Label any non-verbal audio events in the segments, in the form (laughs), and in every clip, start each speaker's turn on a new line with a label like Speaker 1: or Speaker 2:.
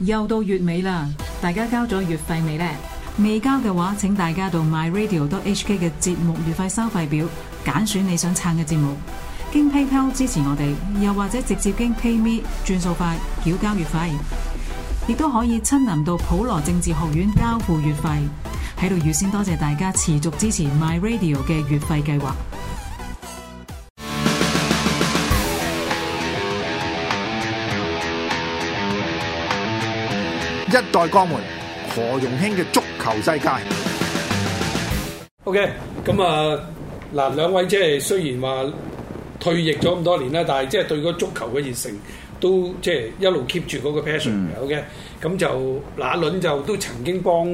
Speaker 1: 又到月尾啦，大家交咗月費未呢？未交嘅話，請大家到 myradio.hk 嘅節目月費收費表揀選你想撐嘅節目，經 PayPal 支持我哋，又或者直接經 PayMe 轉數快繳交月費，亦都可以親臨到普羅政治學院交付月費。喺度預先多謝大家持續支持 myradio 嘅月費計劃。
Speaker 2: 一代鋼門何容興嘅足球世界。
Speaker 3: OK，咁啊嗱，兩位即係雖然話退役咗咁多年啦，但係即係對個足球嘅熱誠都即係一路 keep 住嗰個 passion 嘅。OK，咁就嗱，阿倫就都曾經幫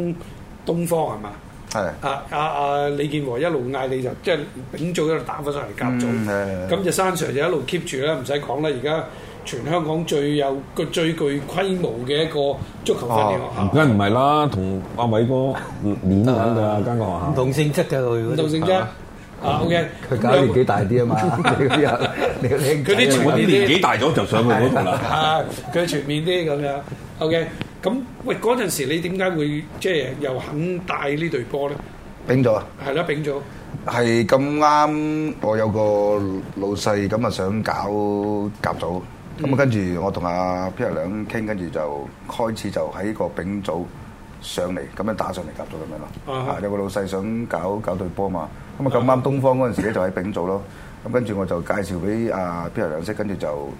Speaker 3: 東方係嘛？
Speaker 4: 係
Speaker 3: 啊啊啊！李健和一路嗌你就即係丙組一路打翻上嚟甲組，
Speaker 4: 嗯係
Speaker 3: 咁就山 Sir 就一路 keep 住啦，啊唔使講啦。而家全香港最有個最具規模嘅一個足球訓練學
Speaker 5: 哦
Speaker 3: 校。
Speaker 6: 梗唔係啦，同阿偉哥攣緊㗎間個學校。
Speaker 3: 唔
Speaker 7: 唔同性質嘅佢嗰啲。
Speaker 3: 同性啫。啊，OK，咁兩
Speaker 7: 佢搞年紀大啲啊嘛，
Speaker 4: (laughs)
Speaker 7: 你個僆仔。
Speaker 3: 佢啲全部
Speaker 6: 我啲年紀大咗就上去嗰度啦。
Speaker 3: 啊，佢全面啲咁樣。OK，咁喂嗰陣時你點解會即係又肯帶呢隊波咧？
Speaker 4: 丙咗啊！
Speaker 3: 係啦，丙組
Speaker 4: 係咁啱，我有個老細咁啊，想搞甲組，咁啊跟住我同阿 P 兩傾，跟住就開始就喺個丙組上嚟，咁樣打上嚟甲組咁樣咯。
Speaker 3: 啊哈
Speaker 4: 啊，有個老細想搞搞隊波嘛，咁啊咁啱東方嗰陣時咧就喺丙組咯，咁跟住我就介紹俾阿 P 兩識，跟住就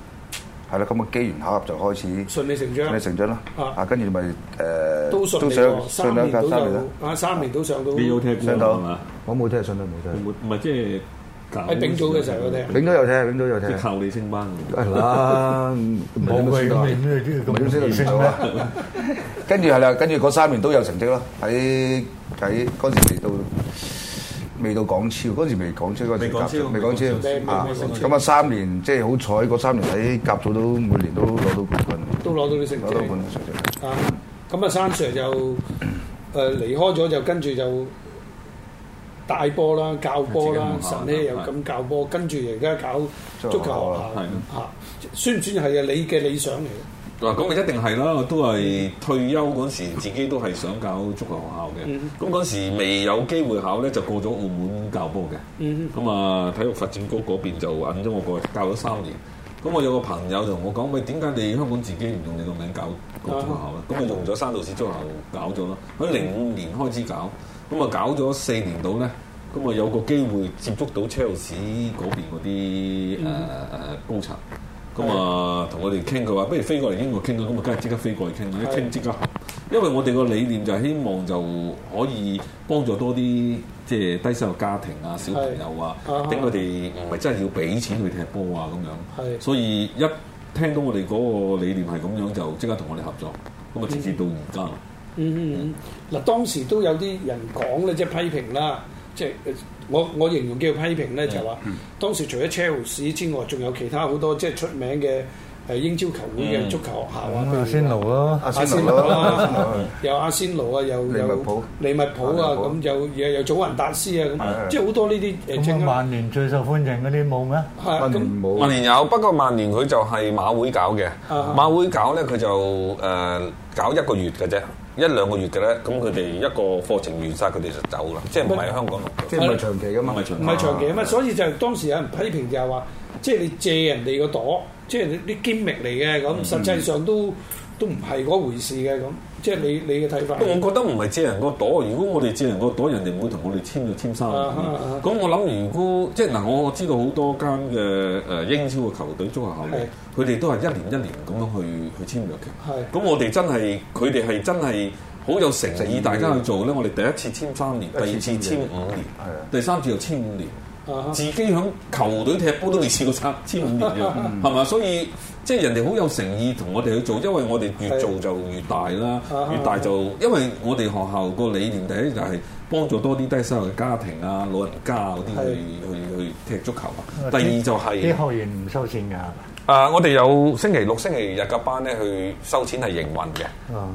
Speaker 4: 係啦，咁啊機緣巧合就開始
Speaker 3: 順理成章
Speaker 4: 你，成長啦
Speaker 3: 啊，
Speaker 4: 啊跟住咪誒
Speaker 3: 都順利
Speaker 4: 上
Speaker 3: 喎，
Speaker 4: 上
Speaker 3: 三
Speaker 4: 兩
Speaker 3: 年
Speaker 4: 甲
Speaker 3: 到
Speaker 4: 三年啦，
Speaker 3: 就啊，三年都上到。
Speaker 6: 你有踢過
Speaker 4: 上到
Speaker 6: 係
Speaker 5: 啊
Speaker 6: 嘛？
Speaker 7: 我冇聽，信都冇聽。
Speaker 6: 唔係即係
Speaker 3: 喺丙組嘅時候有
Speaker 6: 啊
Speaker 3: 踢
Speaker 4: 永都有踢，永都有
Speaker 6: 即
Speaker 4: 踢
Speaker 6: 係。靠你升班㗎。
Speaker 7: 係啦，冇佢咁你咩都要咁
Speaker 4: 咁先到元祖啊！跟住係啦，跟住嗰三年都有成績咯。喺喺嗰時未到未到港超，嗰時未港超嗰時
Speaker 6: 未港超
Speaker 4: 甲未港
Speaker 6: 未港
Speaker 3: 超
Speaker 4: 超啊
Speaker 3: 未港！超
Speaker 4: 咁啊三年即係好彩，嗰三年喺甲組都每年都攞到冠軍，
Speaker 3: 都攞到啲成
Speaker 4: 攞到
Speaker 3: 績
Speaker 4: 冠軍成績。
Speaker 3: 啊！咁啊，山 Sir 就誒離開咗，就跟住就帶波啦、教波啦、
Speaker 6: 自己學校
Speaker 3: 神呢又
Speaker 6: 係
Speaker 3: 咁教波，跟住而家搞足球學校
Speaker 6: 係
Speaker 3: 啊，算唔算係啊你嘅理想嚟嘅？
Speaker 6: 嗱，咁啊一定係啦，我都係退休嗰時，自己都係想搞足球學校嘅
Speaker 3: 嗯。
Speaker 6: 咁嗰時未有機會考咧，就過咗澳門教波嘅。
Speaker 3: 嗯
Speaker 6: 咁啊，體育發展局嗰邊就嗯揾咗我過去教咗三年。咁我有個朋友同我講：喂，點解你香港自己唔用你個名搞個足球校咧？咁我用咗山道士足球搞咗啦。喺零五年開始搞，咁啊搞咗四年到咧，咁啊有個機會接觸到車路士嗰邊嗰啲誒誒高層。咁啊，同我哋傾，佢話不如飛過嚟英國傾啦，咁啊，梗係即刻飛過嚟傾啦，一傾即刻合。因為我哋個理念就係希望就可以幫助多啲即係低收入家庭啊、小朋友啊，
Speaker 3: 係啊
Speaker 6: 等佢哋唔係真係要俾錢去踢波啊咁
Speaker 3: 係
Speaker 6: 樣。所以一聽到我哋嗰個理念係咁樣，就即刻同我哋合作。咁啊，直至到而家啦。
Speaker 3: 嗯嗯嗯，嗱當時都有啲人講咧，即係批評啦，即係呃我我形容叫批評咧，就係話
Speaker 4: 嗯
Speaker 3: 當時除咗車路士之外，仲有其他好多即係出名嘅誒英超球會
Speaker 4: 嗯
Speaker 3: 嘅足球學校啊，譬如
Speaker 7: 嗯先奴咯。
Speaker 4: 阿
Speaker 3: 阿仙
Speaker 4: 仙奴
Speaker 3: 奴啊
Speaker 4: 啦，
Speaker 3: 啦，有阿仙奴啊，有
Speaker 4: 利
Speaker 3: 有
Speaker 4: 物浦
Speaker 3: 利物浦啊，
Speaker 4: 利物浦
Speaker 3: 咁有有有祖雲達斯啊，咁
Speaker 4: 係
Speaker 3: 即係好多呢啲誒正啊，
Speaker 7: 咁啊，曼聯最受歡迎嗰啲冇咩？
Speaker 3: 係
Speaker 4: 曼
Speaker 3: 咁
Speaker 4: 聯
Speaker 5: 曼
Speaker 4: 冇
Speaker 5: 聯嗯有，不過曼聯佢就係馬會搞嘅，
Speaker 3: 啊
Speaker 5: 馬會搞咧佢就誒、呃搞一個月嘅啫，一兩個月嘅咧，咁佢哋一個課程完晒，佢哋就走啦，即係唔係香港落
Speaker 4: 即係唔係長期噶嘛
Speaker 6: 唔係？長
Speaker 3: 唔係長期啊嘛，所以就當時有人批評就係話，即係你借人哋個朵，即係你啲 gimmick 嚟嘅咁，實際上都都唔係嗰回事嘅咁，即係你你嘅睇法。
Speaker 5: 我
Speaker 3: 係
Speaker 5: 覺得唔係借人個朵，如果我哋借人個朵，人哋唔會同我哋簽就簽三年
Speaker 3: 啊啊啊
Speaker 5: 咁我諗，如果即係嗱，我知道好多間嘅誒英超嘅球隊足球校隊，佢哋都係一年一年咁樣去去簽約嘅。咁我哋真係，佢哋係真係好有誠意，大家去做咧。我哋第一次簽三年，第二次簽五年
Speaker 4: 係啊，
Speaker 5: 第三次又簽五年。
Speaker 3: 啊
Speaker 5: 自己喺球隊踢波都未試過三千五年嘅，
Speaker 3: (laughs)
Speaker 5: 係嘛？所以即係人哋好有誠意同我哋去做，因為我哋越做就越大啦
Speaker 3: 啊，
Speaker 5: 越大就因為我哋學校個理念第一就係幫助多啲低收入嘅家庭啊、老人家嗰啲
Speaker 3: 係
Speaker 5: 去去去踢足球啊。第二就係、
Speaker 7: 啲學員唔收錢㗎，係嘛？
Speaker 5: 啊！我哋有星期六、星期日嘅班咧，去收錢係營運嘅，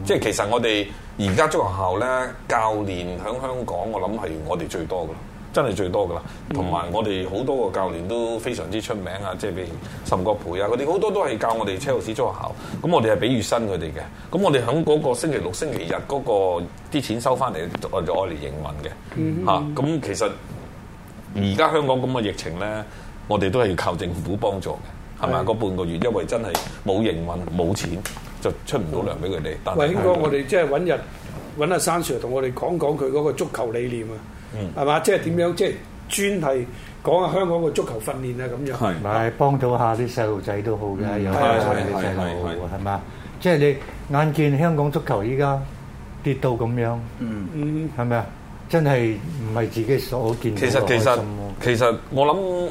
Speaker 5: 即係其實我哋而家足球校咧，教練喺香港我諗係我哋最多嘅咯，真係最多㗎啦。同埋我哋好多個教練都非常之出名啊，即係譬如岑國培啊，佢哋好多都係教我哋車路士中學校。咁我哋係俾月薪佢哋嘅。咁我哋喺嗰個星期六、星期日嗰、個啲錢收翻嚟，我就愛嚟營運嘅嚇。咁、其實而家香港咁嘅疫情咧，我哋都係靠政府幫助嘅，係咪啊？嗰半個月因為真係冇營運冇錢，就出唔到糧俾佢哋。但係
Speaker 3: 喂，興哥，我哋即係揾日揾阿山 Sir 同我哋講講佢嗰個足球理念啊，係嘛、即係點樣即係專係講下香港嘅足球訓練啊咁樣。
Speaker 6: 係
Speaker 7: 咪幫到下啲細路仔都好嘅，有
Speaker 3: 係
Speaker 7: 幫
Speaker 6: 係
Speaker 7: 啲細
Speaker 6: 係係
Speaker 7: 路係嘛？即係你眼見香港足球依家跌到咁樣，
Speaker 3: 嗯，
Speaker 7: 係咪啊？真係唔係自己所見到
Speaker 5: 其
Speaker 7: 嘅
Speaker 5: 實其
Speaker 7: 開心
Speaker 5: 實
Speaker 7: 啊咯
Speaker 5: 其實我諗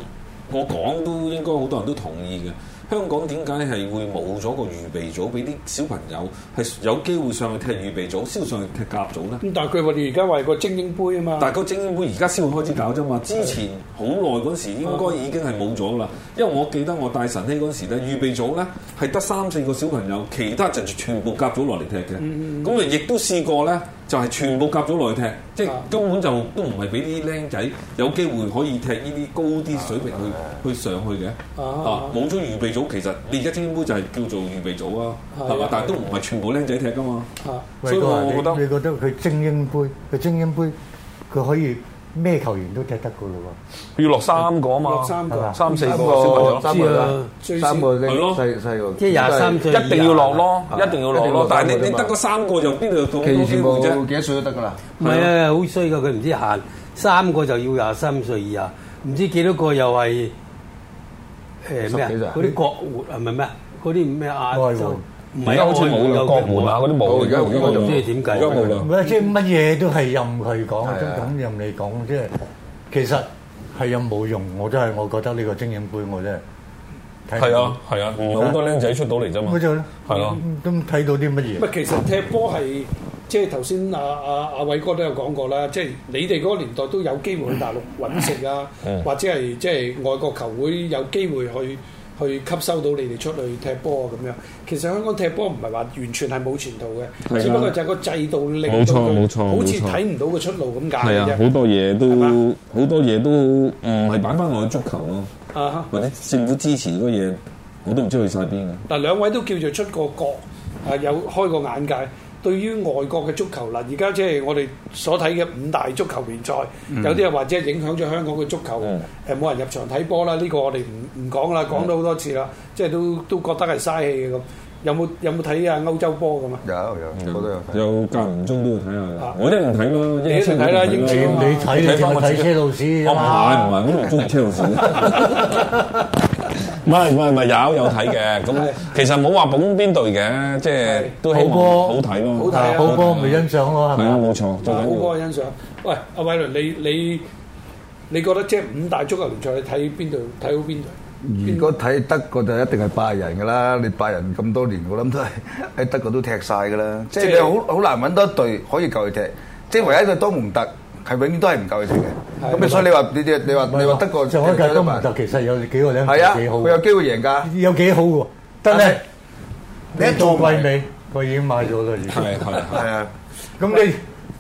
Speaker 5: 我講都應該好多人都同意嘅。香港點解係會冇咗個預備組，俾啲小朋友係有機會上去踢預備組，先上去踢甲組咧？
Speaker 3: 咁但係佢我哋而家為個精英杯啊嘛。
Speaker 5: 但係個精英杯而家先會開始搞啫嘛，之前好耐嗰時應該已經係冇咗啦。因為我記得我帶晨曦嗰時咧，預備組咧係得三四個小朋友，其他就全部甲組落嚟踢
Speaker 3: 嗯
Speaker 5: 嘅。咁啊，亦都試過咧，就係全部甲組落嚟踢，即係
Speaker 3: 啊
Speaker 5: 根本就都唔係俾啲僆仔有機會可以踢呢啲高啲水平去去上去嘅。啊
Speaker 3: 啊，
Speaker 5: 冇咗預備組，其實你而家精英杯就係叫做預備組啊，
Speaker 3: 係
Speaker 5: 係嘛
Speaker 3: 啊？
Speaker 5: 但係都唔係全部僆仔踢噶嘛。
Speaker 3: 啊
Speaker 7: 喂
Speaker 5: 所以
Speaker 7: 哥啊
Speaker 5: 我
Speaker 7: 你
Speaker 5: 覺得
Speaker 7: 你覺得佢精英杯，佢精英杯，佢可以咩球員都踢得噶咯
Speaker 5: 要落三個啊
Speaker 3: 落三個
Speaker 7: 係嘛
Speaker 5: 三四個小朋友
Speaker 8: 個
Speaker 5: 咯。
Speaker 8: 三個
Speaker 3: 最少
Speaker 8: 三個
Speaker 5: 係咯
Speaker 8: 細細個，
Speaker 9: 即係廿三歲，
Speaker 5: 一定要落咯，啊一定要落咯。但係
Speaker 8: 一定要落三個啫嘛
Speaker 5: 你你得嗰三個就邊度有咁
Speaker 8: 其
Speaker 5: 多
Speaker 8: 餘
Speaker 5: 機
Speaker 8: 全
Speaker 5: 會
Speaker 8: 部
Speaker 5: 啫？
Speaker 8: 幾多歲都得㗎啦。
Speaker 9: 唔係啊，好衰噶，佢唔知限三個就要廿三歲以下，唔知幾多個又係誒咩啊
Speaker 8: 十幾歲啊
Speaker 9: 嗰啲國援係咪咩啊？嗰啲咩亞
Speaker 7: 外援
Speaker 9: 洲唔
Speaker 5: 而
Speaker 9: 係
Speaker 5: 家好似
Speaker 9: 外援
Speaker 5: 冇啦，
Speaker 9: 有
Speaker 5: 國
Speaker 9: 嘅
Speaker 5: 門啊嗰啲冇，
Speaker 8: 而家而家
Speaker 9: 我唔知點計
Speaker 5: 而家冇
Speaker 7: 喎。
Speaker 5: 啦。
Speaker 7: 唔係即係乜嘢都係任佢講，
Speaker 8: 係啊
Speaker 7: 咁任你講，即係其實係有冇用？我真係我覺得呢個精英杯我真係睇唔
Speaker 5: 係
Speaker 7: 到
Speaker 5: 啊，係啊，唔係好多僆仔出到嚟啫嘛
Speaker 7: 咪。就係咯
Speaker 5: 係咯，
Speaker 7: 都睇到啲乜嘢？
Speaker 3: 喂，其實踢波係即係頭先阿阿阿偉哥都有講過啦，即係你哋嗰個年代都有機會去大陸揾食啊，
Speaker 5: 嗯
Speaker 3: 或者係即係外國球會有機會去去吸收到你哋出去踢波啊咁樣。其實香港踢波唔係話完全係冇前途
Speaker 5: 係
Speaker 3: 嘅，
Speaker 5: 啊
Speaker 3: 只不過就係個制度令
Speaker 5: 冇
Speaker 3: 到
Speaker 5: 錯冇錯
Speaker 3: 佢好似
Speaker 5: 冇錯
Speaker 3: 睇唔到個出路咁解
Speaker 5: 係啊
Speaker 3: 嘅，
Speaker 5: 好
Speaker 3: 啫。
Speaker 5: 多嘢
Speaker 3: 係嘛
Speaker 5: 都好多嘢都唔係擺翻落去足球咯，
Speaker 3: 啊哈！
Speaker 5: 或者政府支持嗰啲嘢，我都唔知去晒邊嘅。
Speaker 3: 嗱，兩位都叫做出過國，啊有開過眼界。對於外國嘅足球，嗱而家即係我哋所睇嘅五大足球聯賽，有啲人或者影響咗香港嘅足球，誒冇、
Speaker 5: 嗯
Speaker 3: 人入場睇波啦，呢、個我哋唔唔講啦，講咗好多次啦，即係都都覺得係嘥氣嘅咁。有冇有冇睇啊歐洲波咁啊？
Speaker 4: 有有好多有睇。
Speaker 5: 有間唔中都要睇下
Speaker 3: 啊
Speaker 5: 嘅，我一定睇咯，
Speaker 3: 你一定睇啦英
Speaker 7: 你
Speaker 3: 超啊嘛
Speaker 7: 你睇你就睇車路士啊
Speaker 5: 我
Speaker 7: 㗎
Speaker 5: 哦唔啊
Speaker 7: 嘛
Speaker 5: 係唔係，我都唔中意車 (laughs) 路士。唔係唔係唔係，有有睇嘅。咁其實冇話捧邊隊嘅，即係都希望
Speaker 7: 好波
Speaker 5: 好睇咯。
Speaker 3: 好睇啊
Speaker 7: 啊好波咪欣賞
Speaker 5: 係
Speaker 7: 咯，係
Speaker 5: 啊，
Speaker 7: 咪？
Speaker 5: 冇錯，最
Speaker 3: 嗱，好
Speaker 5: 緊
Speaker 3: 波欣賞。喂，阿偉倫，你你你覺得即係五大足球聯賽，你睇邊隊睇好邊隊？
Speaker 4: 如果睇德國就一定係拜仁噶啦，你拜仁咁多年，我諗都 (laughs) 係喺德國都踢晒噶啦，即
Speaker 3: 即
Speaker 4: 係
Speaker 3: 係
Speaker 4: 你好好難揾到一隊可以夠佢踢，即係唯一一個多蒙特係永遠都係唔夠佢踢嘅。咁你所以你話你你你話你話德國
Speaker 7: 上一屆都唔得，其實有幾個靚
Speaker 4: 係啊，
Speaker 7: 仔幾好
Speaker 4: 佢有機會贏㗎。
Speaker 7: 有幾好喎，但係
Speaker 4: 但係
Speaker 7: 你做貴尾，佢已經買咗啦，已
Speaker 5: 要係
Speaker 7: 經。
Speaker 5: 係係。
Speaker 4: 係啊，
Speaker 7: 咁你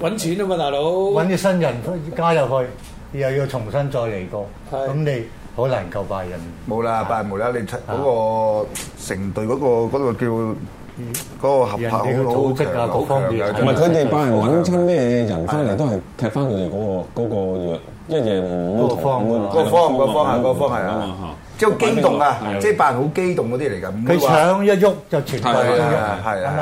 Speaker 3: 揾錢啊嘛，大佬。
Speaker 7: 揾啲新人加入去，又要重新再嚟過，
Speaker 3: 係
Speaker 7: 咁你好難夠拜仁。
Speaker 4: 冇啦，拜仁無啦，你
Speaker 7: 啊
Speaker 4: 出嗰個成隊嗰個嗰個叫嗰個合拍好
Speaker 7: 人哋嘅
Speaker 4: 好
Speaker 7: 組織
Speaker 4: 強好
Speaker 7: 啊各方
Speaker 4: 強
Speaker 7: 面
Speaker 4: 㗎
Speaker 5: 唔係佢哋拜仁揾親
Speaker 4: 強
Speaker 5: 咩人翻嚟都係啊踢翻佢哋嗰個嗰個樣一夜唔
Speaker 7: 嗰個方案
Speaker 4: 個啊方個方係個方係啊，即係好激動啊！即係拜仁好激動嗰啲嚟㗎，唔會
Speaker 7: 佢
Speaker 4: 話。
Speaker 7: 搶一喐就全部
Speaker 5: 係啊
Speaker 7: 一喐
Speaker 4: 係啊，係
Speaker 7: 係
Speaker 4: 啊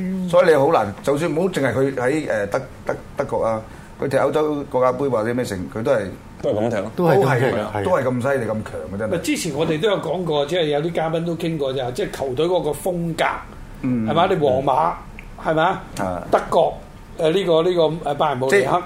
Speaker 7: 嘛，
Speaker 4: 所以你好難，就算唔好淨係佢喺誒德德德國啊，佢踢歐洲國家杯或者咩成，佢都係
Speaker 5: 都係咁踢咯。
Speaker 7: 都係
Speaker 4: 都
Speaker 7: 咁
Speaker 4: 係
Speaker 7: 嘅，
Speaker 4: 都係咁犀利咁強嘅真
Speaker 3: 咪
Speaker 4: 係。
Speaker 3: 啊之前我哋都有講過，即係有啲嘉賓都傾過就係即係球隊嗰個風格，係嘛？你皇馬係嘛
Speaker 4: 嗯啊？嗯
Speaker 3: 德國誒呢個呢個誒拜仁慕尼黑，
Speaker 4: 你唔啊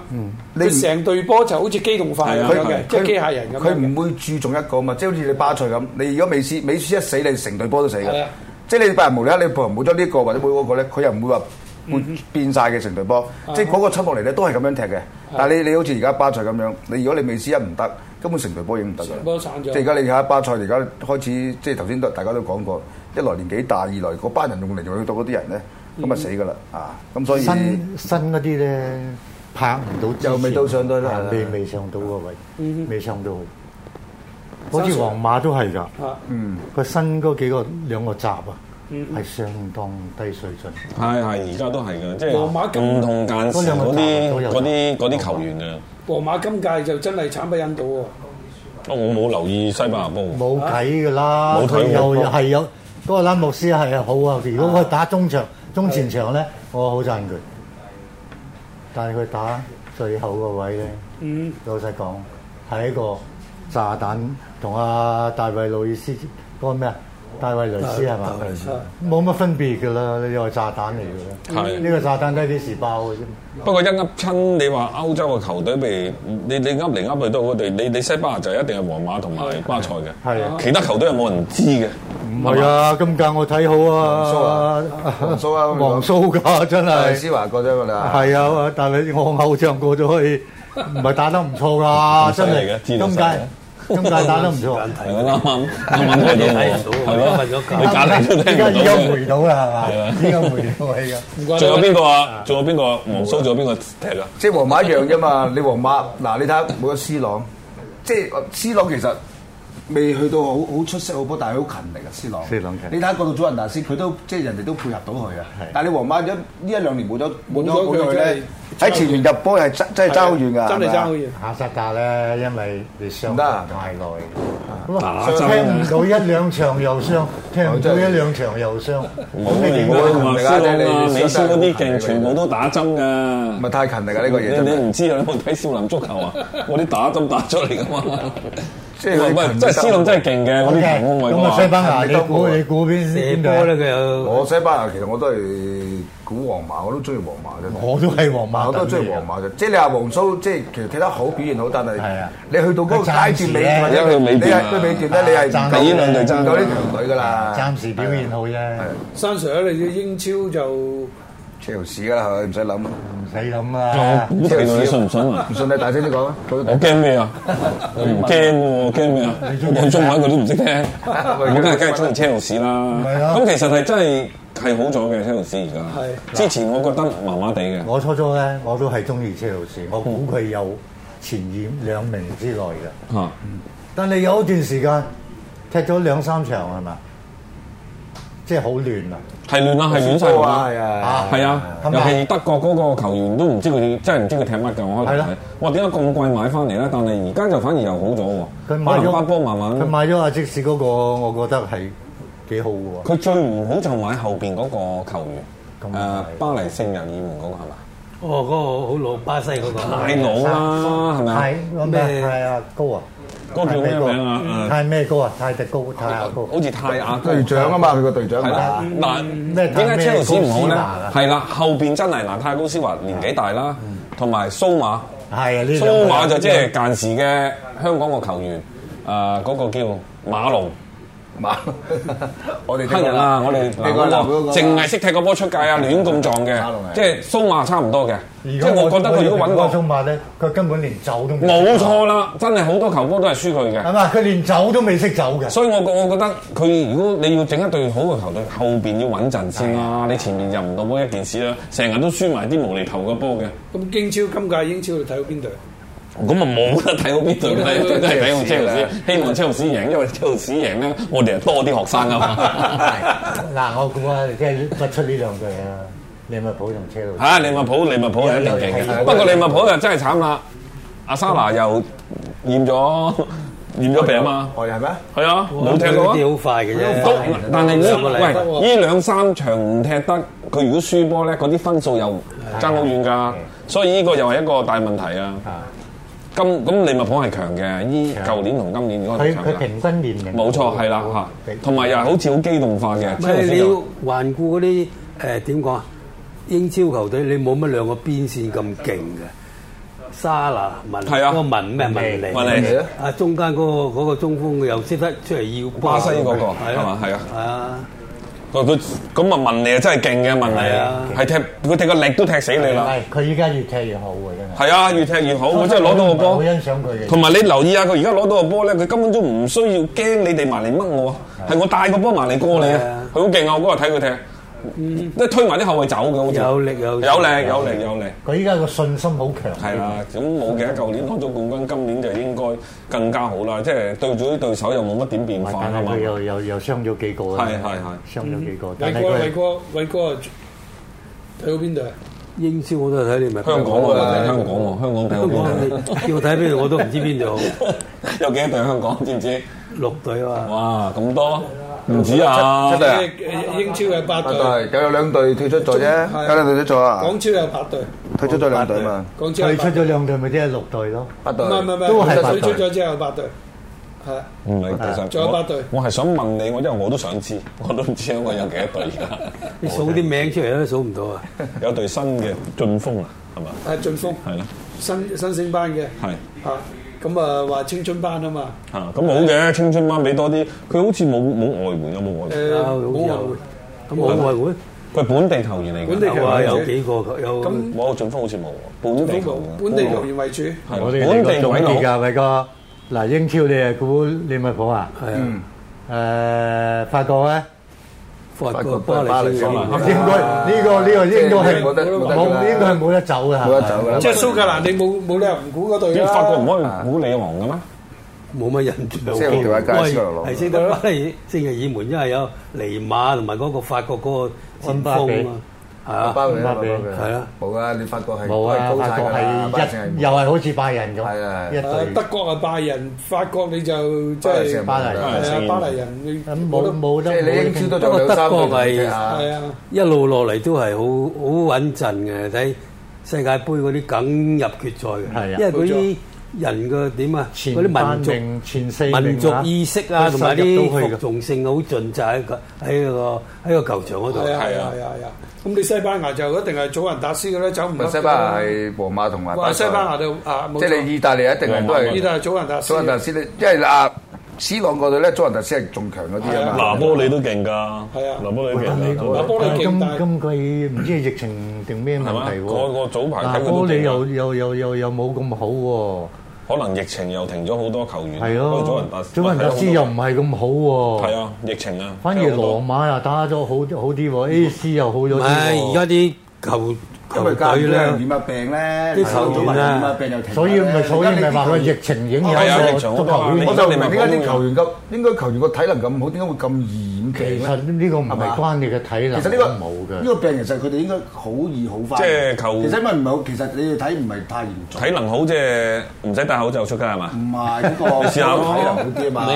Speaker 3: 佢成隊波就好似機動化咁樣嘅，即係機械人咁
Speaker 4: 佢
Speaker 3: 樣嘅。
Speaker 4: 唔會注重一個嘛，即係好似你巴塞咁，你如果美斯美斯一死，你成隊波都死
Speaker 3: 係
Speaker 4: 嘅
Speaker 3: 啊。
Speaker 4: 即係你拜仁無啦，你拜仁冇咗呢個或者冇嗰個咧，佢又唔會話
Speaker 3: 嗯
Speaker 4: 變變曬嘅成隊波。
Speaker 3: 啊
Speaker 4: 即係嗰個出落嚟咧，都係咁樣踢嘅。但係你你好似而家巴塞咁樣，你如果你美斯一唔得，根本成隊波已經唔得㗎啦。
Speaker 3: 波散咗
Speaker 4: 即係而家你睇下巴塞，而家開始即係頭先都大家都講過，一來年紀大，二來嗰
Speaker 3: 嗯
Speaker 4: 班人用嚟用去到嗰啲人咧，咁啊死㗎啦啊！咁所以
Speaker 7: 新新嗰啲咧拍唔到之前，
Speaker 4: 又未到上到啦
Speaker 7: 係未未上到個位，未上到去。好似皇馬都係㗎，
Speaker 3: 啊，
Speaker 4: 嗯
Speaker 7: 佢新嗰幾個兩個閘啊，係相當低水準。
Speaker 5: 係係，而家都係嘅，即
Speaker 3: 皇馬咁
Speaker 5: 係唔同間時
Speaker 7: 嗰兩個
Speaker 5: 嗰
Speaker 7: 大都
Speaker 5: 啲
Speaker 7: 有
Speaker 5: 嗰啲嗰啲球員啊，
Speaker 3: 皇馬今屆就真係慘不忍睹喎。
Speaker 5: 我冇留意西班牙波。
Speaker 7: 冇計㗎啦，
Speaker 5: 冇睇
Speaker 7: 佢
Speaker 5: 過
Speaker 7: 又又係有嗰個拉莫斯係好啊。如果佢打中場、中前場咧，我好讚佢。但係佢打最後個位咧，
Speaker 3: 嗯，
Speaker 7: 老實講係一個炸彈，同阿大衛路易斯嗰個咩啊？大衛雷斯係嘛？
Speaker 3: 啊
Speaker 7: 冇乜分別㗎啦，你又係炸彈嚟㗎啦。
Speaker 5: 係
Speaker 7: 呢個炸彈睇幾時爆嘅啫。
Speaker 5: 不過一噏親，你話歐洲嘅球隊，譬如你你噏嚟噏去都好，你你你西班牙就一定係皇馬同埋巴塞嘅，
Speaker 7: 係啊
Speaker 5: 其他球隊係冇人知嘅。
Speaker 7: 唔係啊，今屆我睇好啊，
Speaker 4: 黃蘇啊
Speaker 7: 黃蘇㗎真
Speaker 4: 係
Speaker 7: 係。
Speaker 4: 思華過啫嘛啦，
Speaker 7: 係啊，但係我偶像過咗去，唔係打得唔錯啦，
Speaker 5: 唔使
Speaker 7: 真
Speaker 5: 嚟
Speaker 7: 係
Speaker 5: 嘅。知道
Speaker 7: 今
Speaker 5: 晒
Speaker 7: 屆
Speaker 5: 嘅
Speaker 7: 今屆打得唔錯。
Speaker 9: (laughs)
Speaker 5: 係我啱啱啱啱睇到我，係
Speaker 9: 瞓咗
Speaker 5: 咯
Speaker 9: 覺，
Speaker 5: 你假嚟都
Speaker 7: 而
Speaker 5: 聽唔
Speaker 7: 家
Speaker 5: 到
Speaker 7: 而家
Speaker 5: 嘅。
Speaker 7: 回到啦， (laughs) 係嘛？而家回到係啊。
Speaker 3: 唔怪
Speaker 5: 仲有
Speaker 3: 得
Speaker 5: 邊個啊？仲有邊個？黃蘇仲有邊個踢啊？
Speaker 4: 即係皇馬一樣啫嘛。你皇馬嗱，你睇下冇咗 C 朗，即係呃 C 朗其實未去到好好出色好波，但係佢好勤力啊，C 朗。
Speaker 7: C 朗勤力
Speaker 4: 你睇下過到祖雲達斯，佢都即係人哋都配合到佢嘅。啊但係你皇馬一呢一兩年冇咗
Speaker 3: 冇
Speaker 4: 冇
Speaker 3: 咗
Speaker 4: 咗
Speaker 3: 佢
Speaker 4: 冇咗佢
Speaker 3: 真係
Speaker 4: 咧，喺前面入波係真真係爭好遠㗎，
Speaker 3: 真係爭好
Speaker 4: 係咪啊。
Speaker 3: 遠。
Speaker 7: 下薩達咧，因為你傷
Speaker 4: 唔得啊
Speaker 7: 太耐，
Speaker 5: 打針啊
Speaker 7: 聽唔到一兩場又傷，聽唔到一兩場又傷，
Speaker 5: 冇啊！
Speaker 7: 咁你
Speaker 5: 而家同埋斯朗啊、美斯嗰啲
Speaker 4: 你
Speaker 5: 勁，全部都打針㗎。
Speaker 4: 咪太勤力㗎呢個嘢真
Speaker 5: 你
Speaker 4: 係
Speaker 5: 你。唔知啊？你有冇睇少林足球啊？我啲打針打出嚟㗎嘛。
Speaker 4: 即係佢
Speaker 5: 喂喂
Speaker 4: 勤力
Speaker 5: 真係斯朗真係勁嘅，嗰啲球我咪
Speaker 7: 咁啊西班牙，
Speaker 4: 係咪
Speaker 7: 你
Speaker 4: 當
Speaker 7: 估
Speaker 4: 過啊
Speaker 7: 你估邊
Speaker 9: 射
Speaker 7: 邊
Speaker 9: 波
Speaker 7: 隊？
Speaker 9: 咧，佢有
Speaker 4: 我西班牙其實我都係估皇馬，我都中意皇馬啫。
Speaker 7: 我都係皇馬，
Speaker 4: 啊我都中意皇。馬嘅，即係你話黃蘇，即係其實踢得好，表現好，但係
Speaker 7: 係啊
Speaker 4: 你去到嗰個階段，你
Speaker 7: 佢
Speaker 5: 暫時咧
Speaker 4: 或者你係佢尾段咧，你係
Speaker 7: 爭
Speaker 4: 唔夠
Speaker 7: 呢
Speaker 5: 兩隊爭
Speaker 4: 唔夠呢條隊㗎啦，
Speaker 7: 暫時表現好啫，
Speaker 3: 山 Sir 你英超就
Speaker 4: 車路士㗎啦，係咪？唔使諗，
Speaker 7: 唔使諗啦。
Speaker 5: 咁睇到你信唔信啊
Speaker 4: 唔？信你大聲啲講啊！
Speaker 5: 我驚咩啊？我唔驚喎，驚咩啊？我中文佢都唔識聽，我啊
Speaker 7: 啊
Speaker 5: 梗係梗係中意車路士啦。
Speaker 7: 係啊
Speaker 5: 咁其實係真係係好咗嘅車路士而
Speaker 3: 係
Speaker 5: 家。之前我覺得麻麻地嘅，
Speaker 7: (laughs) 我初初咧，我都係中意車路士，我估佢有前二兩名之內嘅。
Speaker 5: 嚇
Speaker 7: 但係有一段時間踢咗兩三場係嘛，即係好亂啊！
Speaker 5: 係亂啦，係亂晒龍
Speaker 4: 啊，
Speaker 5: 啦
Speaker 4: 係。啊，
Speaker 5: 係啊，
Speaker 7: 咁
Speaker 5: 尤
Speaker 7: 啊
Speaker 5: 其德國嗰個球員都唔知佢真係唔知佢踢乜㗎。我開
Speaker 7: 係
Speaker 5: 頭
Speaker 7: 啦
Speaker 5: 睇，我點解咁貴買翻嚟咧？但係而家就反而又好咗喎。
Speaker 7: 佢買
Speaker 5: 可能班波
Speaker 7: 咗
Speaker 5: 慢
Speaker 7: 佢
Speaker 5: 慢，
Speaker 7: 買咗阿即士嗰個，我覺得係幾好嘅喎。
Speaker 5: 佢最唔好就買後邊嗰個球員，
Speaker 7: 咁
Speaker 5: 誒
Speaker 7: 係
Speaker 5: 巴黎聖日耳門嗰個係嘛？
Speaker 9: 哦嗰個好老巴西嗰個，
Speaker 7: 啊
Speaker 5: 太老啦，係咪啊？
Speaker 7: 泰嗰咩
Speaker 9: 咩
Speaker 7: 泰亞高啊？
Speaker 5: 嗰個叫咩名啊
Speaker 7: 嗯
Speaker 5: 誒
Speaker 7: 泰咩高啊？泰迪高、泰亞高。
Speaker 5: 好似泰亞
Speaker 4: 隊長啊嘛，佢個隊長
Speaker 5: 係啦
Speaker 4: 啊，，
Speaker 5: 嗱，
Speaker 7: 咩
Speaker 5: 點解車路士唔好咧
Speaker 7: 泰咩高斯華啊？
Speaker 5: 係啦，後邊真係嗱，泰高斯華年紀大啦，同埋蘇馬，
Speaker 7: 係啊，呢
Speaker 5: 蘇
Speaker 7: 兩個
Speaker 5: 馬就即係間時嘅香港個球員，誒嗰個叫馬龍，
Speaker 4: 馬 (laughs) 我哋
Speaker 5: 黑人啊，我哋
Speaker 4: 你個
Speaker 5: 嗱
Speaker 4: 嗰
Speaker 5: 嗰
Speaker 4: 個
Speaker 5: 個淨係識踢個波出界啊，亂咁撞嘅
Speaker 4: 馬龍，係
Speaker 5: 即係蘇馬差唔多嘅，即
Speaker 7: 如
Speaker 5: 係
Speaker 7: 果
Speaker 5: 我覺得佢如果揾
Speaker 7: 我
Speaker 5: 個
Speaker 7: 中馬咧，佢根本連走都唔識
Speaker 5: 冇錯啦，真係好多球波都係輸佢嘅。
Speaker 7: 係嘛？佢連走都未識走嘅。
Speaker 5: 所以我覺我覺得佢如果你要整一隊好嘅球隊，後邊要穩陣先啦。你前面入唔到波一件事啦，成日都輸埋啲無厘頭嘅波嘅，
Speaker 3: 咁英超今屆英超你睇到邊隊？
Speaker 5: 咁啊冇得睇好邊隊啦， (laughs) 都係睇好車路士。希望車路士贏，因為車路士贏咧，我哋係多啲學生啊嘛。
Speaker 7: 嗱，我估啊，即係不出呢兩句啊，利物浦同車路士。
Speaker 5: 嚇啊利物浦，利物浦係一定勁嘅，不過利物浦就真係慘啦。阿莎拿又驗咗驗咗病啊嘛，
Speaker 4: 我哋係咩？
Speaker 5: 係啊，冇踢過啊
Speaker 9: 啲。好快嘅
Speaker 5: 都
Speaker 9: 啫，
Speaker 5: 但係
Speaker 9: 上個禮拜
Speaker 5: 呢喂呢兩三場唔踢得，佢如果輸波咧，嗰啲分數又爭好遠㗎，所以呢個又係一個大問題啊！
Speaker 7: À,
Speaker 5: 今咁利物浦係強嘅，依舊年同今年應該係
Speaker 7: 佢
Speaker 5: 強
Speaker 7: 佢
Speaker 5: 嘅，
Speaker 7: 平均年齡
Speaker 5: 冇錯係啦嚇，同埋又係好似好機動化嘅，
Speaker 9: 唔
Speaker 5: 車路
Speaker 9: 係
Speaker 5: 士
Speaker 9: 你
Speaker 5: 就
Speaker 9: 要環顧嗰啲誒點講啊？英超球隊你冇乜兩個邊線咁勁嘅，沙拿文
Speaker 5: 係啊
Speaker 9: 嗰個文咩文尼
Speaker 5: 文尼
Speaker 9: 嗯啊，中間嗰個嗰個中鋒又識得出嚟要波
Speaker 5: 巴西嗰個
Speaker 9: 係
Speaker 5: 係嘛
Speaker 9: 啊
Speaker 5: 係啊，
Speaker 9: 係啊，
Speaker 5: 佢佢咁啊文尼啊真係勁嘅文尼
Speaker 9: 係啊，
Speaker 5: 係踢佢踢個力都踢死你啦，
Speaker 7: 係佢依家越踢越好嘅真係。
Speaker 5: 係啊越踢越好，佢真係攞到個
Speaker 7: 我
Speaker 5: 波
Speaker 7: 好。欣賞佢嘅。
Speaker 5: 同埋你留意下佢而家攞到個波咧，佢根本都唔需要驚你哋埋嚟掹我，啊，係我帶個波埋嚟過你啊！佢好勁啊！我嗰日睇佢踢，即係推埋啲後衞走嘅，好似
Speaker 9: 有力
Speaker 5: 有
Speaker 9: 有
Speaker 5: 力有力有力。
Speaker 7: 佢依家個信心好強。
Speaker 5: 係啦，咁我記得舊年攞咗冠軍，今年就應該更加好啦。即係對住啲對手又冇乜點變
Speaker 7: 唔係
Speaker 5: 化
Speaker 7: 但
Speaker 5: 啊
Speaker 7: 係
Speaker 5: 嘛
Speaker 7: 佢。又又又傷咗幾個啦。
Speaker 5: 係係係
Speaker 7: 傷咗幾個，但
Speaker 3: 偉
Speaker 7: 係
Speaker 3: 哥
Speaker 7: 佢
Speaker 3: 偉哥偉哥啊睇到邊度啊？
Speaker 9: 英超我都係睇你咪
Speaker 5: 香港喎，睇香港喎，香港睇
Speaker 9: 香
Speaker 5: 香
Speaker 9: 港你
Speaker 5: 港
Speaker 9: 叫我睇邊度我都唔知邊度好，
Speaker 5: 啊 (laughs) 有幾多隊香港知唔知？
Speaker 9: 六隊啊嘛，
Speaker 5: 哇，咁多唔止啊！
Speaker 4: 真係啊
Speaker 3: 英英超有八隊，
Speaker 4: 但係有有兩隊退出咗啫，
Speaker 3: 係
Speaker 4: 有兩隊退出咗啊，
Speaker 3: 港超有八隊，
Speaker 4: 退出咗兩隊嘛，
Speaker 3: 港超有
Speaker 7: 佢
Speaker 3: 八
Speaker 7: 出
Speaker 3: 隊
Speaker 7: 咗兩隊，咪即係六隊咯。
Speaker 4: 八
Speaker 3: 唔
Speaker 4: 隊。
Speaker 3: 係唔係唔係，
Speaker 7: 都係八隊
Speaker 3: 退出咗之後有八隊，係
Speaker 7: 嗯
Speaker 5: 唔係，其實
Speaker 3: 仲有
Speaker 5: 我
Speaker 3: 八隊
Speaker 5: 我係想問你，我因為我都想知， (laughs) 我都唔知香港有幾多隊而
Speaker 7: (laughs)
Speaker 9: 你數啲名出嚟都數唔到啊！
Speaker 5: 家，有隊新嘅進鋒啊，係嘛？
Speaker 3: 係進鋒
Speaker 5: 係咯，
Speaker 3: 新新升班嘅
Speaker 5: 係
Speaker 3: 嚇，咁啊話青春班啊嘛，
Speaker 5: 嚇咁好嘅，青春班俾多啲，佢好似冇冇外援，有冇外援？
Speaker 3: 誒
Speaker 9: 啊好似
Speaker 3: 冇
Speaker 9: 有
Speaker 3: 外
Speaker 9: 咁我外會
Speaker 5: 佢本地球員嚟
Speaker 3: 本地
Speaker 5: 㗎，
Speaker 3: 球
Speaker 9: 有啊，
Speaker 3: 員
Speaker 9: 有幾個有
Speaker 3: 咁
Speaker 5: 冇進鋒好似冇喎，本地
Speaker 3: 援，
Speaker 5: 球員
Speaker 3: 本地球員為主，
Speaker 5: 係
Speaker 7: 我哋嚟
Speaker 5: 本
Speaker 7: 個
Speaker 5: 地
Speaker 7: 總
Speaker 5: 鬼
Speaker 7: 結
Speaker 5: 佬
Speaker 7: 㗎，偉哥。嗱，英超你係估利物浦啊？
Speaker 9: 係
Speaker 4: 嗯
Speaker 9: 啊，
Speaker 7: 誒，法國咧？
Speaker 9: 法
Speaker 4: 法
Speaker 9: 國
Speaker 4: 國
Speaker 9: 巴黎聖
Speaker 4: 巴黎
Speaker 9: 母
Speaker 4: 聖
Speaker 7: 啊應該呢個呢個應該係
Speaker 4: 冇得冇得
Speaker 7: 冇
Speaker 4: 㗎啦
Speaker 7: 應該係冇得走啊㗎。
Speaker 4: 冇得走㗎啦
Speaker 3: 即係蘇格蘭你冇冇理由唔估嗰隊
Speaker 5: 啲
Speaker 3: 啦，
Speaker 5: 法國唔可以估李王嘅咩？
Speaker 7: 啊
Speaker 9: 冇乜印象。
Speaker 4: 係條街街斯羅
Speaker 9: 我
Speaker 4: 羅
Speaker 9: 係係識得巴黎聖日耳門，因為有尼馬同埋嗰個法國嗰個前鋒啊嘛，係啊，
Speaker 4: 包佢啦，
Speaker 7: 包佢
Speaker 9: 係啊，
Speaker 4: 冇啊！你法國係
Speaker 7: 冇啊，
Speaker 4: 都係高
Speaker 7: 法
Speaker 4: 晒
Speaker 7: 國
Speaker 4: 㗎啦，巴
Speaker 7: 係
Speaker 4: 聖
Speaker 7: 一
Speaker 4: 係
Speaker 7: 又係好似拜仁
Speaker 4: 係啊
Speaker 7: 咁，
Speaker 4: 係
Speaker 7: 一
Speaker 3: 誒
Speaker 7: 隊
Speaker 3: 德國啊拜仁，法國你就即
Speaker 4: 巴黎
Speaker 3: 係
Speaker 4: 聖母
Speaker 7: 巴黎
Speaker 3: 係啊
Speaker 5: 聖
Speaker 3: 巴黎人，你
Speaker 7: 咁冇冇
Speaker 4: 即
Speaker 7: 得
Speaker 4: 係
Speaker 7: 冇得
Speaker 4: 你英超
Speaker 7: 競
Speaker 4: 都
Speaker 7: 爭。
Speaker 4: 仲有兩三
Speaker 9: 不過德國
Speaker 4: 隊
Speaker 9: 係
Speaker 4: 嘅嚇
Speaker 3: 係啊。
Speaker 9: 一路落嚟都係好好穩陣嘅，睇世界盃嗰啲梗入決賽
Speaker 7: 係
Speaker 9: 嘅，
Speaker 7: 啊
Speaker 9: 因為嗰啲人嘅點啊，
Speaker 7: 前
Speaker 9: 嗰啲
Speaker 7: 班
Speaker 9: 民族。
Speaker 7: 名前四名啊
Speaker 9: 民族意識啊，
Speaker 7: 都
Speaker 9: 同埋
Speaker 7: 入
Speaker 9: 啲
Speaker 7: 到去
Speaker 9: 服
Speaker 7: 㗎
Speaker 9: 從性好盡，就喺個喺個喺個球場嗰度。
Speaker 3: 係啊係啊係啊係啊！咁你西班牙就一定係祖雲達斯嘅啦，走唔
Speaker 4: 咪
Speaker 3: 甩㗎啦。
Speaker 4: 啊西班牙係皇馬同埋
Speaker 3: 哇！
Speaker 4: 巴
Speaker 3: 西
Speaker 4: 塞
Speaker 3: 班牙就啊，冇
Speaker 4: 即係你
Speaker 3: 錯。
Speaker 4: 意大利一定係都係
Speaker 3: 呢度係祖雲達斯。
Speaker 4: 祖雲達斯咧，因為啊，斯朗嗰隊咧，祖雲達斯係仲強嗰啲啊
Speaker 5: 拿
Speaker 4: 嘛。
Speaker 5: 波利都勁㗎，係啊拿波利都勁
Speaker 7: 但係
Speaker 5: 㗎。
Speaker 3: 拿波利勁
Speaker 7: 啊今
Speaker 3: 但係
Speaker 7: 今季唔知係疫情定咩問
Speaker 5: 係嘛
Speaker 7: 題？
Speaker 5: 我
Speaker 7: 喎？
Speaker 5: 我早排
Speaker 7: 嗱，
Speaker 5: 睇佢都
Speaker 7: 波利
Speaker 5: 勁啊
Speaker 7: 又又又又又冇咁好喎，
Speaker 5: 可能疫情又停咗好多球員，
Speaker 7: 係
Speaker 5: 所以嗯祖雲
Speaker 7: 咯
Speaker 5: 達，
Speaker 7: 祖雲達斯又唔係咁好
Speaker 5: 係
Speaker 7: 喎，
Speaker 5: 啊，疫情啊，
Speaker 7: 反而羅馬又打咗好好啲喎，A.C. 又好咗
Speaker 9: 唔
Speaker 7: 啲
Speaker 9: 係而家
Speaker 7: 喎，
Speaker 9: 啲球
Speaker 4: 因
Speaker 9: 球
Speaker 4: 為教
Speaker 9: 隊
Speaker 4: 練
Speaker 9: 咧， (laughs)
Speaker 4: 染下啊病咧，
Speaker 9: 啲球員啊
Speaker 4: 染下病又停。
Speaker 7: 所以咪所以咪話個疫情影
Speaker 5: 係啊
Speaker 7: 響
Speaker 5: 疫
Speaker 7: 個
Speaker 5: 情好
Speaker 7: 足
Speaker 5: 多
Speaker 7: 球
Speaker 5: 壓
Speaker 7: 圈
Speaker 5: 力
Speaker 4: 我就明點解啲球員咁，應該球員個體能咁好，點解會咁易染
Speaker 7: 其
Speaker 4: 病
Speaker 7: 實
Speaker 4: 咧？
Speaker 7: 呢個唔
Speaker 4: 係
Speaker 7: 係
Speaker 4: 嘛
Speaker 7: 關你嘅體能，
Speaker 8: 其實呢個
Speaker 7: 冇
Speaker 8: 呢
Speaker 7: 嘅。
Speaker 8: 個病其實佢哋應該好易好翻。
Speaker 5: 即係求
Speaker 8: 其實因為唔係好，其實你哋睇唔係太嚴重，
Speaker 5: 體能好即係唔使戴口罩出街係嘛？
Speaker 8: 唔係呢個
Speaker 5: 試下咯
Speaker 8: 體能好啲啊嘛。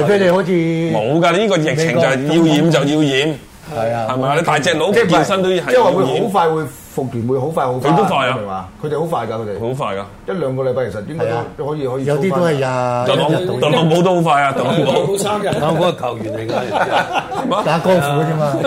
Speaker 7: 除非你好似
Speaker 5: 冇㗎，呢個疫情就係要染就要染，
Speaker 8: 係啊
Speaker 5: 係咪啊？你大隻佬
Speaker 8: 即係唔係
Speaker 5: 健身都係
Speaker 8: 即係話會
Speaker 5: 要
Speaker 8: 好
Speaker 5: 染，
Speaker 8: 快會復原，會好快好翻。
Speaker 5: 佢都快啊
Speaker 8: 明嘛？佢哋好快㗎，佢哋
Speaker 5: 好快啊㗎。
Speaker 8: 一兩個禮拜其實應該
Speaker 7: 係啊
Speaker 8: 都可以可以。
Speaker 7: 有啲都係
Speaker 5: 特
Speaker 7: 廿一
Speaker 5: 朗
Speaker 7: 日到
Speaker 5: 特朗普都好快啊，特朗
Speaker 3: 係
Speaker 5: 普
Speaker 3: 好生嘅。
Speaker 9: 香港嘅球員
Speaker 7: (laughs)
Speaker 9: 嚟㗎，
Speaker 7: 打高爾夫啫嘛，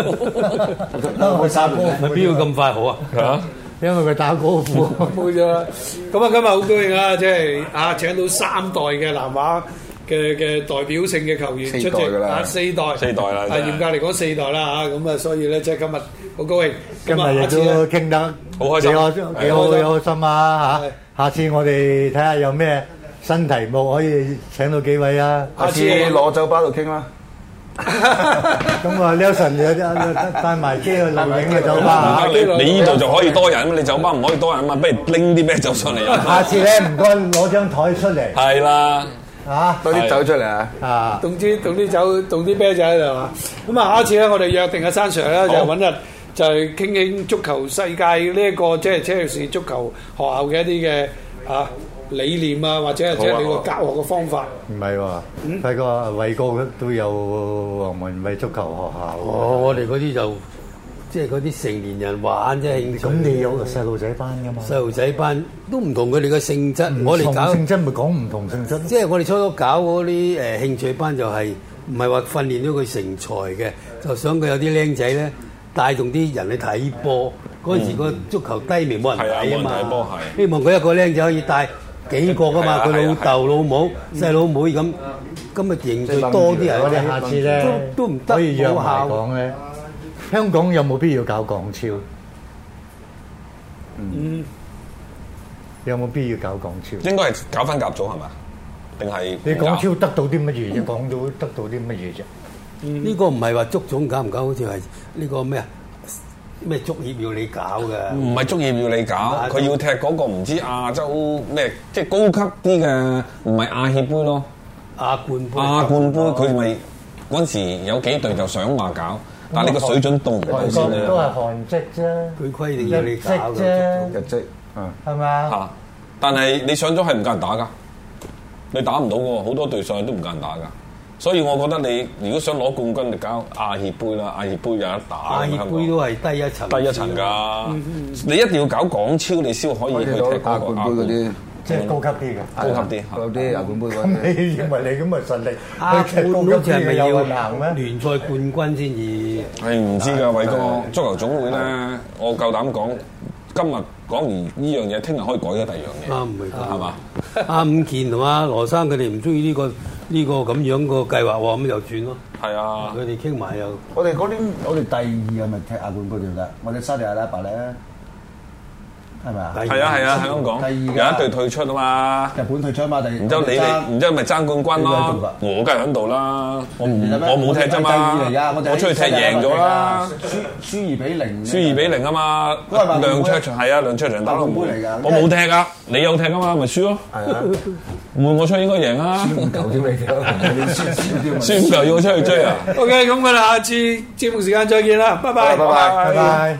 Speaker 7: 因為打高爾
Speaker 9: 咪
Speaker 7: 夫，
Speaker 9: 邊會咁快好啊？
Speaker 5: 嚇
Speaker 7: 因為佢打高爾夫。
Speaker 3: 冇咗啦。咁啊，今日好高興啊，即係啊，請到三代嘅南華嘅嘅代表性嘅球員
Speaker 4: 四代
Speaker 3: 出席
Speaker 4: 㗎啦
Speaker 3: 啊，四代，
Speaker 5: 四代啦
Speaker 3: 啊，
Speaker 5: 真係
Speaker 3: 嚴格嚟講四代啦嚇。咁啊，所以咧，即係今日好高興。
Speaker 7: 今
Speaker 3: 咁啊
Speaker 7: 日亦
Speaker 3: 下次
Speaker 7: 都
Speaker 3: 呢
Speaker 7: 傾得
Speaker 5: 好開心
Speaker 7: 幾開幾好幾開心啊
Speaker 3: 係
Speaker 7: 嚇！下次我哋睇下有咩新題目可以請到幾位啊！
Speaker 3: 下
Speaker 4: 下
Speaker 3: 次
Speaker 4: 次攞酒吧度傾啦。
Speaker 7: 咁啊，Nelson 有有帶埋機去留影嘅酒吧啊
Speaker 3: 係啊
Speaker 5: 你呢度就可以多人，你酒吧唔可以多人啊嘛，不如拎啲咩酒上嚟
Speaker 7: (laughs)
Speaker 5: 飲
Speaker 7: 下次咧唔該攞張台出嚟
Speaker 5: 係啦，
Speaker 7: 啊
Speaker 4: 多啲酒出嚟啊！
Speaker 7: 啊！
Speaker 3: 凍啲凍啲酒，凍啲啤酒喺度啊！咁啊，下一次咧，我哋約定阿山 Sir 咧，就
Speaker 5: 好
Speaker 3: 揾日就係傾傾足球世界呢一個即係車路士足球學校嘅一啲嘅啊理念啊，或者係即係你個教學嘅方法。
Speaker 7: 唔係喎，不過偉哥都有黃文偉足球學校喎。
Speaker 9: 哦，我哋嗰啲就即係嗰啲成年人玩啫，興趣
Speaker 7: 咁你有個細路仔班噶嘛？
Speaker 9: 細路仔班都唔同佢哋嘅性質，我哋搞
Speaker 7: 同性質咪講唔同性質咯。
Speaker 9: 即係我哋初初搞嗰啲誒興趣班就係唔係話訓練咗佢成才嘅，就想佢有啲僆仔咧帶動啲人去睇波。嗰陣時
Speaker 7: 嗯
Speaker 9: 個足球低迷冇人睇
Speaker 5: 係
Speaker 9: 啊
Speaker 5: 啊冇人睇波
Speaker 9: 嘛，希望佢一個僆仔可以帶幾個噶
Speaker 5: 係啊
Speaker 9: 嘛，佢
Speaker 5: 係
Speaker 9: 老
Speaker 5: 啊
Speaker 9: 豆老母細佬妹咁，咁咪凝聚多啲人
Speaker 7: 我哋
Speaker 9: 咧。
Speaker 7: 下次咧
Speaker 9: 都都唔得
Speaker 7: 可以約埋
Speaker 9: 冇效
Speaker 7: 講咧。香港有冇必要搞港超？
Speaker 3: 嗯，
Speaker 7: 有冇必要搞港超？
Speaker 5: 應該係搞翻甲組係嘛？定係
Speaker 7: 你港超得到啲乜嘢啫？港到得到啲乜嘢啫？
Speaker 9: 呢個唔係話足總搞唔搞，好似係呢個咩啊？咩足協要你搞嘅，
Speaker 5: 唔係足業要你搞，佢要踢嗰個唔知亞洲咩，即係高級啲嘅，唔係亞協杯咯，
Speaker 9: 亞冠杯。
Speaker 5: 亞冠杯啊佢咪嗰陣時有幾隊就想話搞，但係你個水準到唔到先咧？
Speaker 7: 都係韓職啫，
Speaker 9: 佢規定要你搞
Speaker 7: 日式啫
Speaker 9: 嘅，
Speaker 8: 日職
Speaker 4: 嗯
Speaker 7: 係咪啊？
Speaker 5: 嚇！但係你上咗係唔夠人打噶，你打唔到嘅喎，好多隊上去都唔夠人打噶。所以我覺得你如果想攞冠軍，就搞亞協杯啦，亞協杯有得打
Speaker 9: 亞
Speaker 5: 㗎。香
Speaker 9: 協
Speaker 5: 港
Speaker 9: 杯都係低一層，
Speaker 5: 低一層。㗎，你一定要搞港超，你先可以去踢啊嗰
Speaker 8: 攞
Speaker 5: 個
Speaker 8: 亞
Speaker 5: 亞
Speaker 8: 冠
Speaker 5: 冠
Speaker 8: 杯嗰啲，
Speaker 7: 即係高級啲嘅。
Speaker 5: 高級啲。
Speaker 8: 嗰啲亞冠杯嗰
Speaker 7: 咁 (laughs)
Speaker 8: 啲。
Speaker 7: 你認為你咁嘅實力， (laughs)
Speaker 9: 亞
Speaker 7: 踢
Speaker 9: 冠
Speaker 7: 高
Speaker 9: 好似
Speaker 7: 級
Speaker 9: 係
Speaker 7: 啲
Speaker 9: 咪
Speaker 7: 嘅有難
Speaker 9: 要
Speaker 7: 咩？
Speaker 9: 聯賽冠軍先至？
Speaker 5: 係唔知㗎，偉哥，足球總會咧，我夠膽講，今日講完呢樣嘢，聽日可以改咗第二
Speaker 9: 啱
Speaker 5: 樣
Speaker 9: 啊唔
Speaker 5: 嘢，
Speaker 9: 係
Speaker 5: 係嘛？
Speaker 9: 阿伍健同阿羅生佢哋唔中意呢個呢個咁樣個計劃喎，咁就轉咯。
Speaker 5: 係啊，
Speaker 9: 佢哋傾埋又
Speaker 8: 我哋嗰啲，我哋第二係咪踢亞冠杯就得？我哋沙地阿拉伯咧，係咪啊？
Speaker 5: 係啊係啊，喺香
Speaker 8: 第
Speaker 5: 港有
Speaker 8: 二㗎
Speaker 5: 一隊退出啊嘛，
Speaker 8: 日本退出嘛，第
Speaker 5: 然之後你哋，然之後咪爭冠軍
Speaker 8: 你喺
Speaker 5: 咯
Speaker 8: 度㗎，
Speaker 5: 我梗係喺度啦，我唔
Speaker 8: 你諗咩
Speaker 5: 我冇踢啫嘛
Speaker 8: 我哋第二嚟㗎，我哋喺
Speaker 5: 我出去踢贏咗啦。
Speaker 8: 輸輸啊二比零，
Speaker 5: 輸二比零啊嘛，
Speaker 8: 都係曼聯
Speaker 5: 梁
Speaker 8: 杯
Speaker 5: 卓祥係啊，梁卓祥打到
Speaker 8: 曼聯杯嚟㗎
Speaker 5: 我冇踢啊，你有踢啊嘛，咪輸咯，
Speaker 8: 係啊， (laughs)
Speaker 5: 唔會我出應該贏啊，
Speaker 8: 九添你哋， (laughs) 你輸輸
Speaker 5: (laughs)
Speaker 8: 添啊
Speaker 5: 輸五球要我出去追啊！
Speaker 3: OK，咁我哋下次節目時間再見啦，拜拜，
Speaker 8: 拜拜拜拜。
Speaker 7: 拜。